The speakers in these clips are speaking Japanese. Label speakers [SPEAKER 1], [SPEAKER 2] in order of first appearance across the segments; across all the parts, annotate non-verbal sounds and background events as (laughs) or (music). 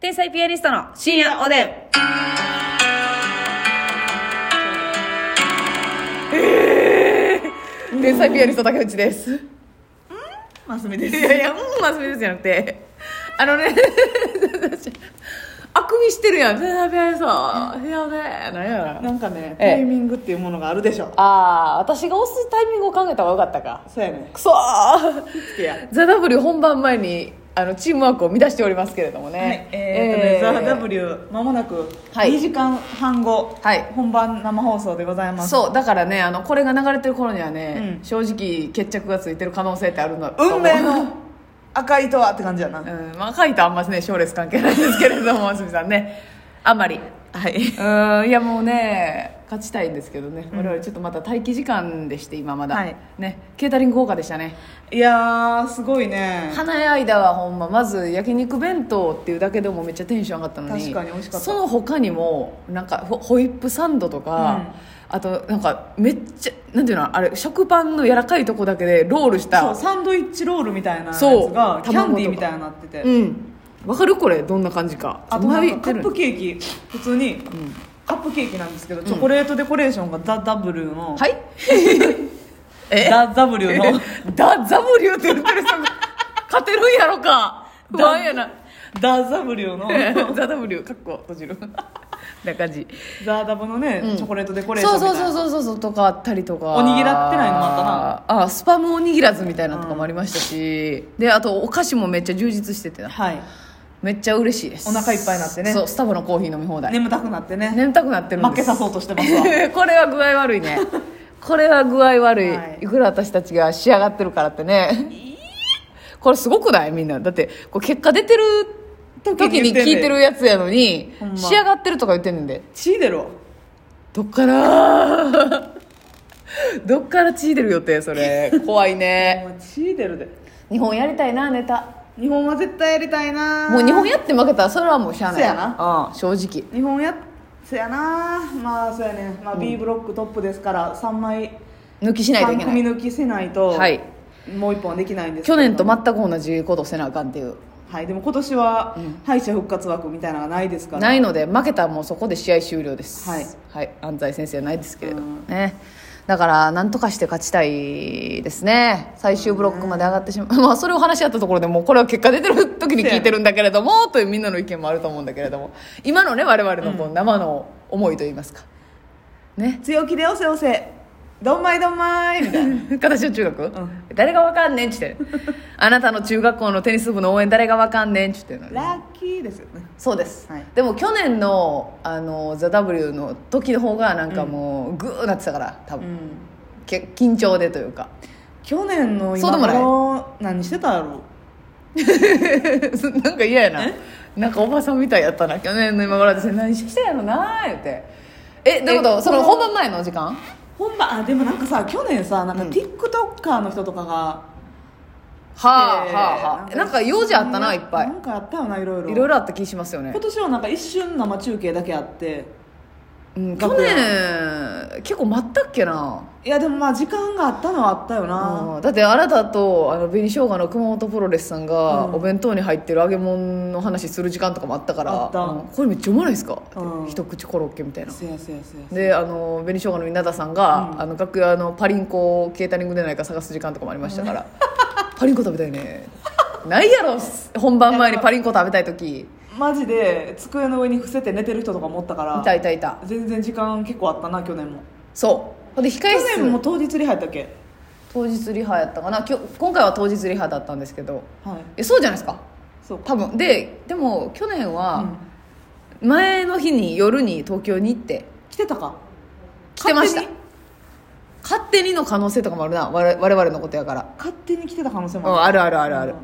[SPEAKER 1] 天才ピアニストの深夜おでん。
[SPEAKER 2] 天才ピアニスト竹内です。い
[SPEAKER 1] マスミです。
[SPEAKER 2] やいや、うん、マスミですじゃなくて。あのね、 (laughs) あくびしてるやん。天才ピアニスト。いやべえ、なんや
[SPEAKER 1] な
[SPEAKER 2] ろな。
[SPEAKER 1] んかね、
[SPEAKER 2] ええ
[SPEAKER 1] タイミングっていうものがあるでしょ。
[SPEAKER 2] あー、私が押すタイミングを考えた方がよかったか。
[SPEAKER 1] そうやね。
[SPEAKER 2] くそー
[SPEAKER 1] いや。
[SPEAKER 2] ザ・ W 本番前に、あの、チームワークを乱しておりますけれどもね。
[SPEAKER 1] はい、えー、っとね、ザ・ W、まもなく
[SPEAKER 2] はい
[SPEAKER 1] 2時間半後、
[SPEAKER 2] はい
[SPEAKER 1] 本番生放送でございます。
[SPEAKER 2] そうだからねあのこれが流れてる頃にはね、
[SPEAKER 1] うん
[SPEAKER 2] 正直決着がついてる可能性ってあるのと思う
[SPEAKER 1] 運命の赤いとはって感じやな。
[SPEAKER 2] うんまあ書いたあんまね賞レース関係ないですけれども鷲見さんねあんまり
[SPEAKER 1] はい。
[SPEAKER 2] うんいやもうね勝ちたいんですけどね、我々ちょっとまた待機時間でして今まだ、
[SPEAKER 1] はい
[SPEAKER 2] ねケータリング豪華でしたね、
[SPEAKER 1] いやー、すごいね。
[SPEAKER 2] 花屋間はほんままず焼肉弁当っていうだけでもめっちゃテンション上がったのに
[SPEAKER 1] 確かに美味しかった
[SPEAKER 2] その他にもなんかホホイップサンドとか、あとなんかめっちゃなんていうのあれ食パンの柔らかいとこだけでロールし
[SPEAKER 1] そう、
[SPEAKER 2] た
[SPEAKER 1] サンドイッチロールみたいなやつ
[SPEAKER 2] そう
[SPEAKER 1] が、キャンディー
[SPEAKER 2] 卵とか
[SPEAKER 1] みたいになってて。
[SPEAKER 2] うんわかるこれどんな感じか
[SPEAKER 1] あとなんかカッ
[SPEAKER 2] そんな言って
[SPEAKER 1] プ
[SPEAKER 2] る
[SPEAKER 1] ケーキ普通にカップケーキなんですけど、チョコレートデコレーションがザ・ダブルの、
[SPEAKER 2] はい (laughs) え
[SPEAKER 1] ダ・ダブルの
[SPEAKER 2] ダ・ザブリューって言ってる人が勝てるんや
[SPEAKER 1] (laughs)
[SPEAKER 2] ろか不安やな
[SPEAKER 1] ダ・ザブルの
[SPEAKER 2] ザ・ (laughs) ダブリューかっこ閉じる (laughs) な感じ
[SPEAKER 1] ザ・ダブのね、チョコレートデコレーション
[SPEAKER 2] そう
[SPEAKER 1] みたい
[SPEAKER 2] そ
[SPEAKER 1] な
[SPEAKER 2] うそうそうそうそうとかあったりとか
[SPEAKER 1] おにぎらってないのもあ
[SPEAKER 2] ったなあスパムおにぎらずみたいなのとかもありましたし、であとお菓子もめっちゃ充実しててな
[SPEAKER 1] はい
[SPEAKER 2] めっちゃ嬉しいです
[SPEAKER 1] お腹いっぱいになってね
[SPEAKER 2] そうスタバのコーヒー飲み放題、
[SPEAKER 1] 眠たくなってね
[SPEAKER 2] 眠たくなってるん
[SPEAKER 1] 負
[SPEAKER 2] で
[SPEAKER 1] け
[SPEAKER 2] す
[SPEAKER 1] さそうとしてますわ
[SPEAKER 2] (laughs) これは具合悪いねこれは具合悪い、
[SPEAKER 1] はい
[SPEAKER 2] い、くら私たちが仕上がってるからってねこれすごくないみんなだってこう結果出てる時に聞いてるやつやのに、
[SPEAKER 1] ほんま
[SPEAKER 2] 仕上がってるとか言ってんねんで
[SPEAKER 1] 血出ろ
[SPEAKER 2] どっから (laughs) どっから血出る予定それ怖いね
[SPEAKER 1] 血出るで
[SPEAKER 2] 日本やりたいなネタ
[SPEAKER 1] 日本は絶対やりたいな
[SPEAKER 2] もう日本やって負けたらそれはもうしゃあない
[SPEAKER 1] そやな、
[SPEAKER 2] うん、正直
[SPEAKER 1] 日本やせやなまあそうやね、まあ、B ブロックトップですから3枚
[SPEAKER 2] 抜きしないとい
[SPEAKER 1] 3
[SPEAKER 2] けな
[SPEAKER 1] 組
[SPEAKER 2] い
[SPEAKER 1] 抜きせないと、
[SPEAKER 2] はい
[SPEAKER 1] もう一本はできないんですけ
[SPEAKER 2] 去
[SPEAKER 1] ど
[SPEAKER 2] 年と全く同じことせなあかんっていう
[SPEAKER 1] はい、でも今年は敗者復活枠みたいなのがないですから、
[SPEAKER 2] ないので負けたらもうそこで試合終了です
[SPEAKER 1] はい、
[SPEAKER 2] 安西先生はないですけれども
[SPEAKER 1] うん
[SPEAKER 2] ねだからなんとかして勝ちたいですね最終ブロックまで上がってしまう、まあそれを話し合ったところでもうこれは結果出てる時に聞いてるんだけれどもというみんなの意見もあると思うんだけれども今のね我々のこう生の思いといいますか、ね
[SPEAKER 1] 強気で押せ押せどんまいどんまいみた
[SPEAKER 2] (laughs)
[SPEAKER 1] いな
[SPEAKER 2] 形の中学、
[SPEAKER 1] ん
[SPEAKER 2] 誰がわかんねんっちってあなたの中学校のテニス部の応援誰がわかんねんっちってんのに
[SPEAKER 1] ラッキーですよね
[SPEAKER 2] そうです、
[SPEAKER 1] はい
[SPEAKER 2] でも去年の「あのザ・ w の時の方がなんかもうグーなってたから多
[SPEAKER 1] う
[SPEAKER 2] 分、
[SPEAKER 1] ん
[SPEAKER 2] け緊張でというか (laughs)
[SPEAKER 1] 去年の
[SPEAKER 2] そう
[SPEAKER 1] 今
[SPEAKER 2] でもない
[SPEAKER 1] 頃何してたやろ
[SPEAKER 2] なんか嫌やななんかおばさんみたいやったな去年の今頃私何してんやろなー言ってえどういうこ
[SPEAKER 1] え
[SPEAKER 2] とその
[SPEAKER 1] この
[SPEAKER 2] 本番前の時間
[SPEAKER 1] 本番あでもなんかさ去年さなんか
[SPEAKER 2] うん
[SPEAKER 1] TikToker の人とかが、
[SPEAKER 2] はあ
[SPEAKER 1] えー
[SPEAKER 2] はあはあえなんか用事あったないっぱい
[SPEAKER 1] なんかあったよないろいろ
[SPEAKER 2] いろいろあった気しますよね
[SPEAKER 1] 今、年はなんか一瞬生中継だけあって
[SPEAKER 2] うん、去
[SPEAKER 1] 楽屋
[SPEAKER 2] 年結構待ったっけない
[SPEAKER 1] やでもまあ時間があったのはあったよな
[SPEAKER 2] うんだってあなたとあの紅生姜の熊本プロレスさんが、
[SPEAKER 1] うん
[SPEAKER 2] お弁当に入ってる揚げ物の話する時間とかもあったから
[SPEAKER 1] あった
[SPEAKER 2] うんこれめっちゃうまないですか、
[SPEAKER 1] うん
[SPEAKER 2] 一口コロッケみたいな
[SPEAKER 1] せやせやせやせや
[SPEAKER 2] であの紅生姜の稲田さんが、
[SPEAKER 1] うん
[SPEAKER 2] あの楽屋のパリンコをケータリングでないか探す時間とかもありましたから、 (laughs) パリンコ食べたいねないやろ本番前にパリンコ食べたい時
[SPEAKER 1] マジで机の上に伏せて寝てる人とかもおったから
[SPEAKER 2] いたいたいた
[SPEAKER 1] 全然時間結構あったな去年も
[SPEAKER 2] そうほんで控え
[SPEAKER 1] 去
[SPEAKER 2] 室
[SPEAKER 1] 年も当日リハやったっけ
[SPEAKER 2] 当日リハやったかな今日今回は当日リハだったんですけど
[SPEAKER 1] はい
[SPEAKER 2] えそうじゃないですか
[SPEAKER 1] そうか
[SPEAKER 2] 多分ででも去年は、
[SPEAKER 1] うん
[SPEAKER 2] 前の日に夜に東京に行って
[SPEAKER 1] 来てたか
[SPEAKER 2] 来てました
[SPEAKER 1] 勝手に
[SPEAKER 2] 勝手にの可能性とかもあるな我々我々のことやから
[SPEAKER 1] 勝手に来てた可能性
[SPEAKER 2] うん
[SPEAKER 1] もあ
[SPEAKER 2] あ
[SPEAKER 1] る
[SPEAKER 2] るあるあるある、
[SPEAKER 1] うん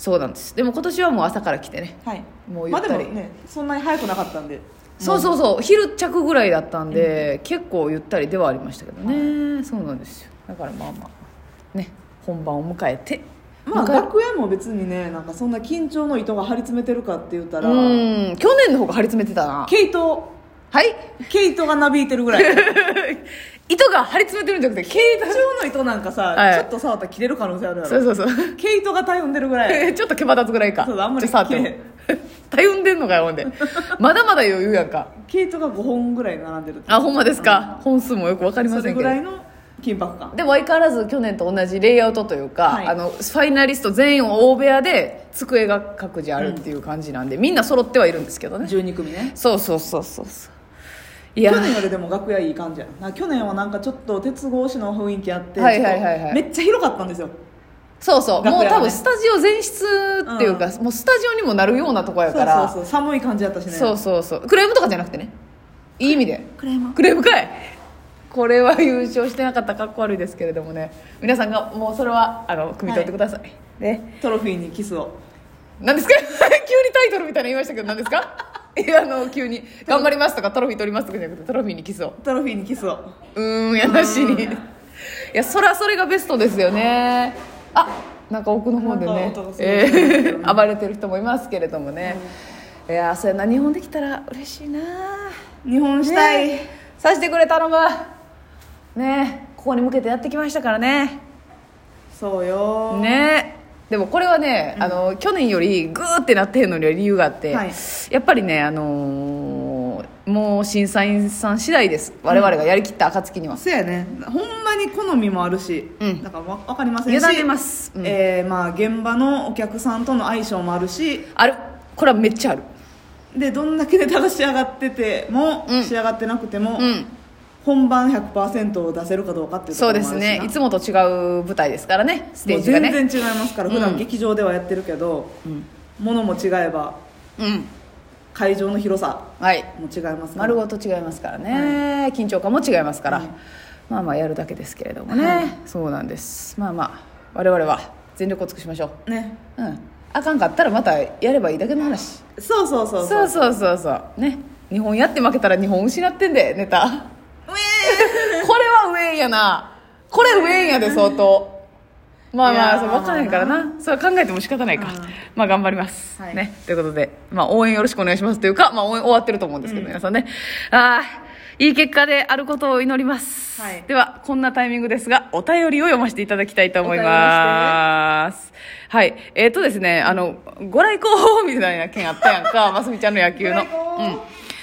[SPEAKER 2] そうなんですでも今年はもう朝から来てね
[SPEAKER 1] はい
[SPEAKER 2] もうゆ
[SPEAKER 1] ま
[SPEAKER 2] っ
[SPEAKER 1] あ
[SPEAKER 2] た
[SPEAKER 1] で
[SPEAKER 2] り
[SPEAKER 1] もねそんなに早くなかったんで
[SPEAKER 2] そうそうそう昼着ぐらいだったんで、結構ゆったりではありましたけどね、そうなんですよだからまあまあね本番を迎えて
[SPEAKER 1] まあ
[SPEAKER 2] 迎え
[SPEAKER 1] 楽屋も別にねなんかそんな緊張の糸が張り詰めてるかって言ったら
[SPEAKER 2] うん去年の方が張り詰めてたな
[SPEAKER 1] 毛糸
[SPEAKER 2] はい (laughs)
[SPEAKER 1] 毛糸がなびいてるぐらい緊
[SPEAKER 2] 糸が張り詰めてるんじゃなくて毛糸
[SPEAKER 1] 張の糸なんかさ、
[SPEAKER 2] はい
[SPEAKER 1] ちょっと触ったら切れる可能性あるや
[SPEAKER 2] そう
[SPEAKER 1] ろ
[SPEAKER 2] そうそう
[SPEAKER 1] 毛糸が頼んでるぐらい
[SPEAKER 2] (laughs) ちょっと毛羽立つぐらいか
[SPEAKER 1] そうあんまり
[SPEAKER 2] ちょっと触っても
[SPEAKER 1] 綺
[SPEAKER 2] (laughs) たゆんでんのかよほんでまだまだ余裕やんか
[SPEAKER 1] 毛糸が5本ぐらい並んでる
[SPEAKER 2] あほんまですか本数もよく分かりま
[SPEAKER 1] そ
[SPEAKER 2] せ
[SPEAKER 1] れ
[SPEAKER 2] んけ
[SPEAKER 1] ぐ
[SPEAKER 2] ど
[SPEAKER 1] らいの緊迫感
[SPEAKER 2] でも相変わらず去年と同じレイアウトというか、
[SPEAKER 1] はい
[SPEAKER 2] あのファイナリスト全員大部屋で机が各自あるっていう感じなんで、みんな揃ってはいるんですけどね
[SPEAKER 1] 12組ね
[SPEAKER 2] そうそうそうそうそういや
[SPEAKER 1] 去年よりでも楽屋いい感じやな去年はなんかちょっと鉄格子の雰囲気あって、
[SPEAKER 2] はいはいはいはい
[SPEAKER 1] ちょっとめっちゃ広かったんですよ
[SPEAKER 2] そうそう、
[SPEAKER 1] 楽屋
[SPEAKER 2] も
[SPEAKER 1] は
[SPEAKER 2] う
[SPEAKER 1] ね
[SPEAKER 2] 多分スタジオ全室っていうか、もうスタジオにもなるようなとこや
[SPEAKER 1] そう
[SPEAKER 2] から
[SPEAKER 1] そうそう寒い感じやったしね
[SPEAKER 2] そうそうそうクレームとかじゃなくてねいい意味で
[SPEAKER 1] クレーマー
[SPEAKER 2] クレームかいこれは優勝してなかったらかっこ悪いですけれどもね皆さんがもうそれはあの汲み取ってください、ね
[SPEAKER 1] トロフィーにキスを
[SPEAKER 2] 何ですか (laughs) 急にタイトルみたいなの言いましたけど何ですか
[SPEAKER 1] (laughs)
[SPEAKER 2] いやあの急に「頑張ります」とか「トロフィー取ります」とかじゃなくてトロフィーにキスを
[SPEAKER 1] トロフィーにキスを
[SPEAKER 2] うーんやなしにいやそらそれがベストですよねあなんか奥の方で
[SPEAKER 1] なん
[SPEAKER 2] ね
[SPEAKER 1] か音がする
[SPEAKER 2] えー (laughs) 暴れてる人もいますけれどもね、いやそれな日本できたら嬉しいな
[SPEAKER 1] 日本し
[SPEAKER 2] したた
[SPEAKER 1] い、
[SPEAKER 2] い、さしてくれ頼むねえここに向けてやってきましたからね
[SPEAKER 1] そうよ
[SPEAKER 2] ねえでもこれはね、あの去年よりグーってなってへんのには理由があって、
[SPEAKER 1] はい
[SPEAKER 2] やっぱりねあのーもう審査員さん次第です我々がやりきった暁には、
[SPEAKER 1] そうやねほんまに好みもあるし、
[SPEAKER 2] うん
[SPEAKER 1] だからわ分かりませんし
[SPEAKER 2] 委ねますうん
[SPEAKER 1] えーまあ、現場のお客さんとの相性もあるし
[SPEAKER 2] あるこれはめっちゃある
[SPEAKER 1] でどんだけネタが仕上がってても、
[SPEAKER 2] うん
[SPEAKER 1] 仕上がってなくても、
[SPEAKER 2] うん
[SPEAKER 1] 本番100%を出せるかどうかっていうとこ
[SPEAKER 2] そう
[SPEAKER 1] ろもある
[SPEAKER 2] で
[SPEAKER 1] し
[SPEAKER 2] す
[SPEAKER 1] な
[SPEAKER 2] ねいつもと違う舞台ですからねステージ
[SPEAKER 1] も
[SPEAKER 2] が
[SPEAKER 1] う
[SPEAKER 2] ね
[SPEAKER 1] 全然違いますから、
[SPEAKER 2] うん
[SPEAKER 1] 普段劇場ではやってるけど、
[SPEAKER 2] ん
[SPEAKER 1] ものも違えば
[SPEAKER 2] うん
[SPEAKER 1] 会場の広さ
[SPEAKER 2] はい
[SPEAKER 1] も違いますから
[SPEAKER 2] 丸ごと違いますからね、緊張感も違いますから、まあまあやるだけですけれどもね、
[SPEAKER 1] はい
[SPEAKER 2] そうなんですまあまあ我々は全力を尽くしましょう
[SPEAKER 1] ね
[SPEAKER 2] うんあかんかったらまたやればいいだけの話
[SPEAKER 1] そうそうそう
[SPEAKER 2] そう
[SPEAKER 1] う
[SPEAKER 2] そうそうそうね日本やって負けたら日本失ってんでネタ
[SPEAKER 1] う
[SPEAKER 2] (laughs) これはウェーンやなこれウェーンやで相当まあま
[SPEAKER 1] いや
[SPEAKER 2] あ
[SPEAKER 1] ー
[SPEAKER 2] そう分からへんからなそう考えても仕方ないか、
[SPEAKER 1] うん
[SPEAKER 2] まあ頑張ります、
[SPEAKER 1] はい
[SPEAKER 2] ねということで、まあ、応援よろしくお願いしますというか、まあ、応援終わってると思うんですけど、皆さんねあーいい結果であることを祈ります、
[SPEAKER 1] はい
[SPEAKER 2] ではこんなタイミングですがお便りを読ませていただきたいと思いますはいえっ、とですねあのご来光みたいな件あったやん
[SPEAKER 1] (laughs)
[SPEAKER 2] かますみちゃんの野球の、
[SPEAKER 1] ご来光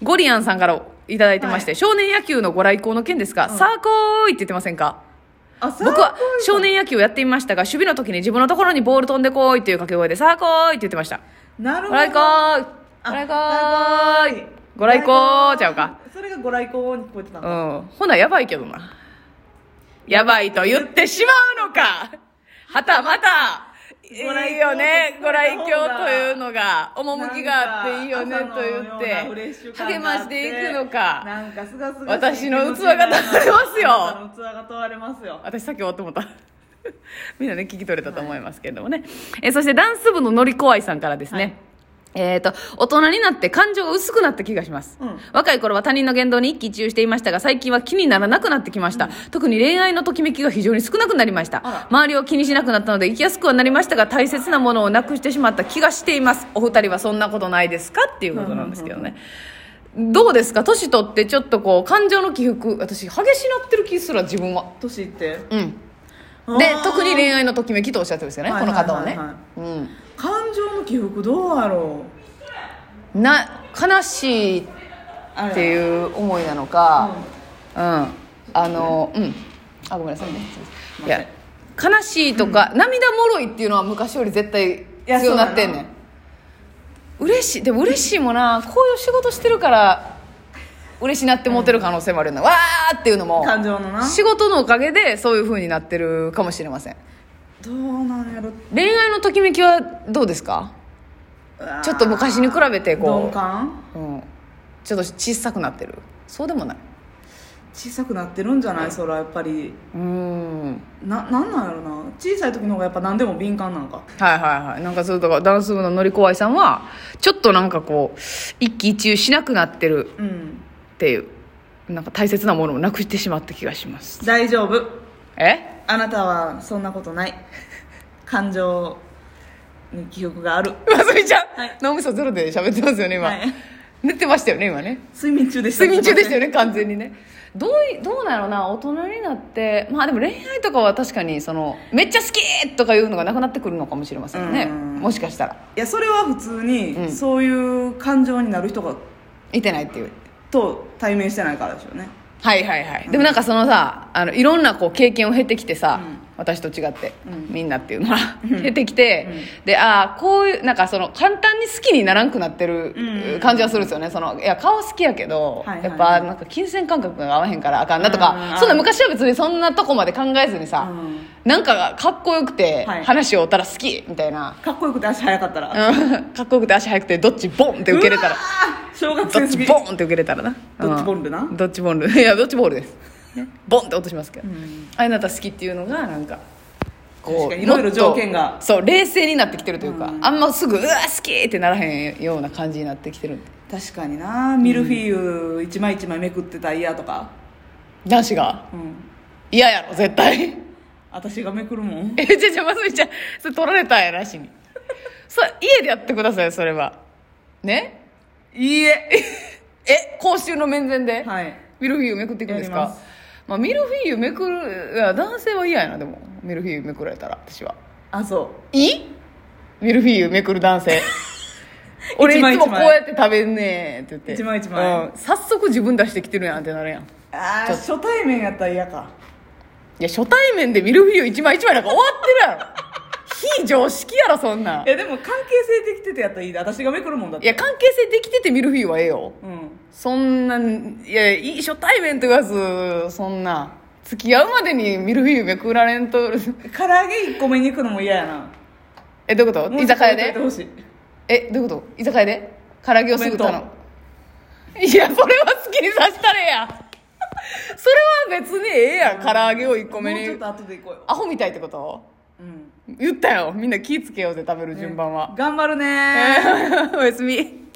[SPEAKER 2] うん、ゴリアンさんからいただいてまして、少年野球のご来光の件ですが、サーコーイって言ってませんか
[SPEAKER 1] あそう
[SPEAKER 2] 僕は少年野球をやってみましたが、守備の時に自分のところにボール飛んでこいという掛け声で、サーコーイって言ってました。
[SPEAKER 1] なる
[SPEAKER 2] ご
[SPEAKER 1] ほど
[SPEAKER 2] 来光ご来光ご来光ちゃうか。
[SPEAKER 1] それがご来光に聞こえてたの
[SPEAKER 2] うん。ほな、やばいけどな。やばいと言ってしまうのかはたまたいいよね。ご
[SPEAKER 1] ご来
[SPEAKER 2] 来
[SPEAKER 1] 光
[SPEAKER 2] 光
[SPEAKER 1] と
[SPEAKER 2] というのが、趣があっていいよねと言って、励ましていくのか。
[SPEAKER 1] なんかすがすが
[SPEAKER 2] 私の器が問われますよ
[SPEAKER 1] あなたの器が問われますよ
[SPEAKER 2] 私さっき終わってもうた (laughs) みんなね聞き取れたと思いますけれどもね、えーそしてダンス部ののりこあいさんからですね、
[SPEAKER 1] はい
[SPEAKER 2] えー、と大人になって感情が薄くなった気がします、
[SPEAKER 1] うん
[SPEAKER 2] 若い頃は他人の言動に一喜一憂していましたが最近は気にならなくなってきました、特に恋愛のときめきが非常に少なくなりました
[SPEAKER 1] あら
[SPEAKER 2] 周りを気にしなくなったので生きやすくはなりましたが大切なものをなくしてしまった気がしていますお二人はそんなことないですかっていうことなんですけどね、どうですか年取ってちょっとこう感情の起伏私激しなってる気すら自分は
[SPEAKER 1] 年いって
[SPEAKER 2] うんで
[SPEAKER 1] あー
[SPEAKER 2] 特に恋愛のときめきとおっしゃってますよね、
[SPEAKER 1] はいはいはい
[SPEAKER 2] この方はね、
[SPEAKER 1] は
[SPEAKER 2] う、
[SPEAKER 1] 感情の起伏どうやろうん
[SPEAKER 2] な悲しい
[SPEAKER 1] あ
[SPEAKER 2] って
[SPEAKER 1] う
[SPEAKER 2] いう思いなのかうん、あのうんあごめんなさいねいや悲しいとか、涙もろいっていうのは昔より絶対
[SPEAKER 1] や
[SPEAKER 2] 強くなってんね
[SPEAKER 1] そうん
[SPEAKER 2] 嬉しいでも嬉しいもなこういう仕事してるから嬉しいなって思ってる可能性もあるよな、わーっていうのも
[SPEAKER 1] 感情のな
[SPEAKER 2] 仕事のおかげでそういう風になってるかもしれません
[SPEAKER 1] どうなんやろ
[SPEAKER 2] 恋愛のときめきはどうですかちょっと昔に比べて
[SPEAKER 1] 鈍
[SPEAKER 2] こ
[SPEAKER 1] 感
[SPEAKER 2] う、うん、ちょっと小さくなってるそうでもない
[SPEAKER 1] 小さくなってるんじゃないそれはやっぱり
[SPEAKER 2] うん
[SPEAKER 1] ななんなんやろな小さい時の方がやっぱ何でも敏感なんか
[SPEAKER 2] はいはいはいなんかそうとかダンス部ののりこわいさんはちょっとなんかこう一喜一憂しなくなってる
[SPEAKER 1] うん
[SPEAKER 2] っていうなんか大切なものをなくしてしまった気がします
[SPEAKER 1] 大丈夫
[SPEAKER 2] え (laughs)
[SPEAKER 1] あなたはそんなことない (laughs) 感情に記憶がある
[SPEAKER 2] まつみちゃん、
[SPEAKER 1] はい
[SPEAKER 2] 脳みそゼロで喋ってますよね今、
[SPEAKER 1] はい
[SPEAKER 2] 寝てましたよね今ね
[SPEAKER 1] 睡眠中でした
[SPEAKER 2] 睡眠
[SPEAKER 1] (laughs)
[SPEAKER 2] 中でした
[SPEAKER 1] よ
[SPEAKER 2] よね完全にねどういどうなのな大人になってまあでも恋愛とかは確かにそのめっちゃ好きとかいうのがなくなってくるのかもしれませんね
[SPEAKER 1] うん
[SPEAKER 2] もしかしたら
[SPEAKER 1] いやそれは普通に、
[SPEAKER 2] うん
[SPEAKER 1] そういう感情になる人が
[SPEAKER 2] いてないっていう
[SPEAKER 1] と対面してないからでしょうね
[SPEAKER 2] はいはいはい、でもなんかそのさあのいろんなこう経験を経てきてさ、
[SPEAKER 1] うん
[SPEAKER 2] 私と違って、
[SPEAKER 1] うん
[SPEAKER 2] みんなっていうのは経てきて、でああこういうなんかその簡単に好きにならんくなって
[SPEAKER 1] うん
[SPEAKER 2] る感じはするんですよねそのいや顔好きやけど、
[SPEAKER 1] はいはいはい
[SPEAKER 2] やっぱなんか金銭感覚が合わへんからあかんなとか、
[SPEAKER 1] うん
[SPEAKER 2] そんな昔は別にそんなとこまで考えずにさ、
[SPEAKER 1] うん
[SPEAKER 2] なんかかっこよくて
[SPEAKER 1] はい
[SPEAKER 2] 話を追ったら好きみたいな、
[SPEAKER 1] かっこよくて足早かったら、
[SPEAKER 2] うんかっこよくて足速くてどっちボンって受けれたら
[SPEAKER 1] うわー小学
[SPEAKER 2] ど
[SPEAKER 1] 生
[SPEAKER 2] っ
[SPEAKER 1] (laughs) す
[SPEAKER 2] ち
[SPEAKER 1] ぎ
[SPEAKER 2] ボンって受けれたらな
[SPEAKER 1] ドッジボールな
[SPEAKER 2] うんドッジボールいや (laughs) ドッジボールですボンって落としますけど、ああなた好きっていうのがなんか
[SPEAKER 1] 確かにいろいろ
[SPEAKER 2] もっと
[SPEAKER 1] 条件が
[SPEAKER 2] そう冷静になってきてるというか、あんますぐうわ好きってならへんような感じになってきてるんで
[SPEAKER 1] 確かになミルフィーユ一枚一枚めくってたら嫌とか
[SPEAKER 2] 男子が
[SPEAKER 1] うん
[SPEAKER 2] 嫌やろ絶対
[SPEAKER 1] 私がめくるもん
[SPEAKER 2] (laughs) えじゃあじゃあまつみちゃんそれ取られたんやなしにそ家でやってくださいそれはね
[SPEAKER 1] いいえ
[SPEAKER 2] (laughs) え公衆の面前で、
[SPEAKER 1] はい
[SPEAKER 2] ミルフィーユめくっていくんです
[SPEAKER 1] や
[SPEAKER 2] か
[SPEAKER 1] り
[SPEAKER 2] ま
[SPEAKER 1] ます
[SPEAKER 2] あ、ミルフィーユめくるいや男性は嫌やなでもミルフィーユめくられたら私は
[SPEAKER 1] あそう
[SPEAKER 2] いいミルフィーユめくる男
[SPEAKER 1] (laughs)
[SPEAKER 2] 性俺い
[SPEAKER 1] 一枚
[SPEAKER 2] つ
[SPEAKER 1] 一
[SPEAKER 2] も
[SPEAKER 1] 枚
[SPEAKER 2] こうやって食べんねんって言って
[SPEAKER 1] 一枚一枚
[SPEAKER 2] うん早速自分出してきてるやんってなるやんい
[SPEAKER 1] ああ初対面やったら嫌か
[SPEAKER 2] や初対面でミルフィーユ一枚一枚なんか終わってるやろ (laughs) 非常識やろそんなん
[SPEAKER 1] いやでも関係性できててやったらいいで私がめくるもんだっ
[SPEAKER 2] い
[SPEAKER 1] て
[SPEAKER 2] や関係性できててミルフィーユはええよ
[SPEAKER 1] うん
[SPEAKER 2] そんなんいやいい初対面と言わずそんな付き合うまでにミルフィーユめくられんと
[SPEAKER 1] 唐揚げ1個目に行くのも嫌やな
[SPEAKER 2] えどういうこと
[SPEAKER 1] もう
[SPEAKER 2] 居酒屋
[SPEAKER 1] ちょっと置いとい
[SPEAKER 2] で
[SPEAKER 1] てほしい
[SPEAKER 2] えどういうこと居酒屋で唐揚げをすぐ頼
[SPEAKER 1] お弁
[SPEAKER 2] むいやそれは好きにさせたれやそれは別にええやん唐揚げを1個目
[SPEAKER 1] もうちょっ
[SPEAKER 2] に
[SPEAKER 1] と後で行こうよ
[SPEAKER 2] アホみたいってこと
[SPEAKER 1] うん
[SPEAKER 2] 言ったよみんな気ぃつけようぜ食べる順番は、
[SPEAKER 1] 頑張るねー
[SPEAKER 2] えー (laughs) おやすみ